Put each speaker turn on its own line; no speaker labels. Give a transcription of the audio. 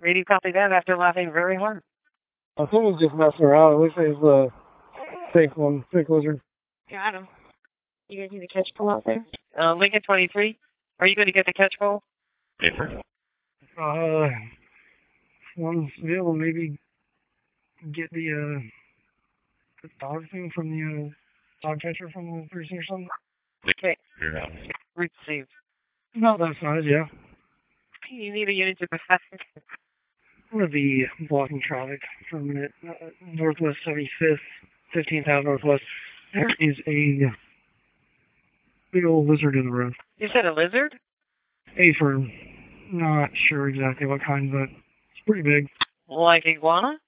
Reedy copied that after laughing very hard.
I think he's just messing around. At least he's uh, a fake one, fake lizard.
Got him. You guys need a catch pull out there?
Uh, Lincoln 23, are you going to get the catch goal?
Yes, sir.
Uh, one's be able to maybe get the uh the dog thing from the uh, dog catcher from the precinct or something.
You're out.
Received.
No, that's not it. Yeah,
You need a unit to pass.
I'm gonna be blocking traffic for a minute. Uh, Northwest 75th, 15th Ave Northwest. There is a big old lizard in the road.
You said a lizard?
A for not sure exactly what kind, but it's pretty big.
Like iguana?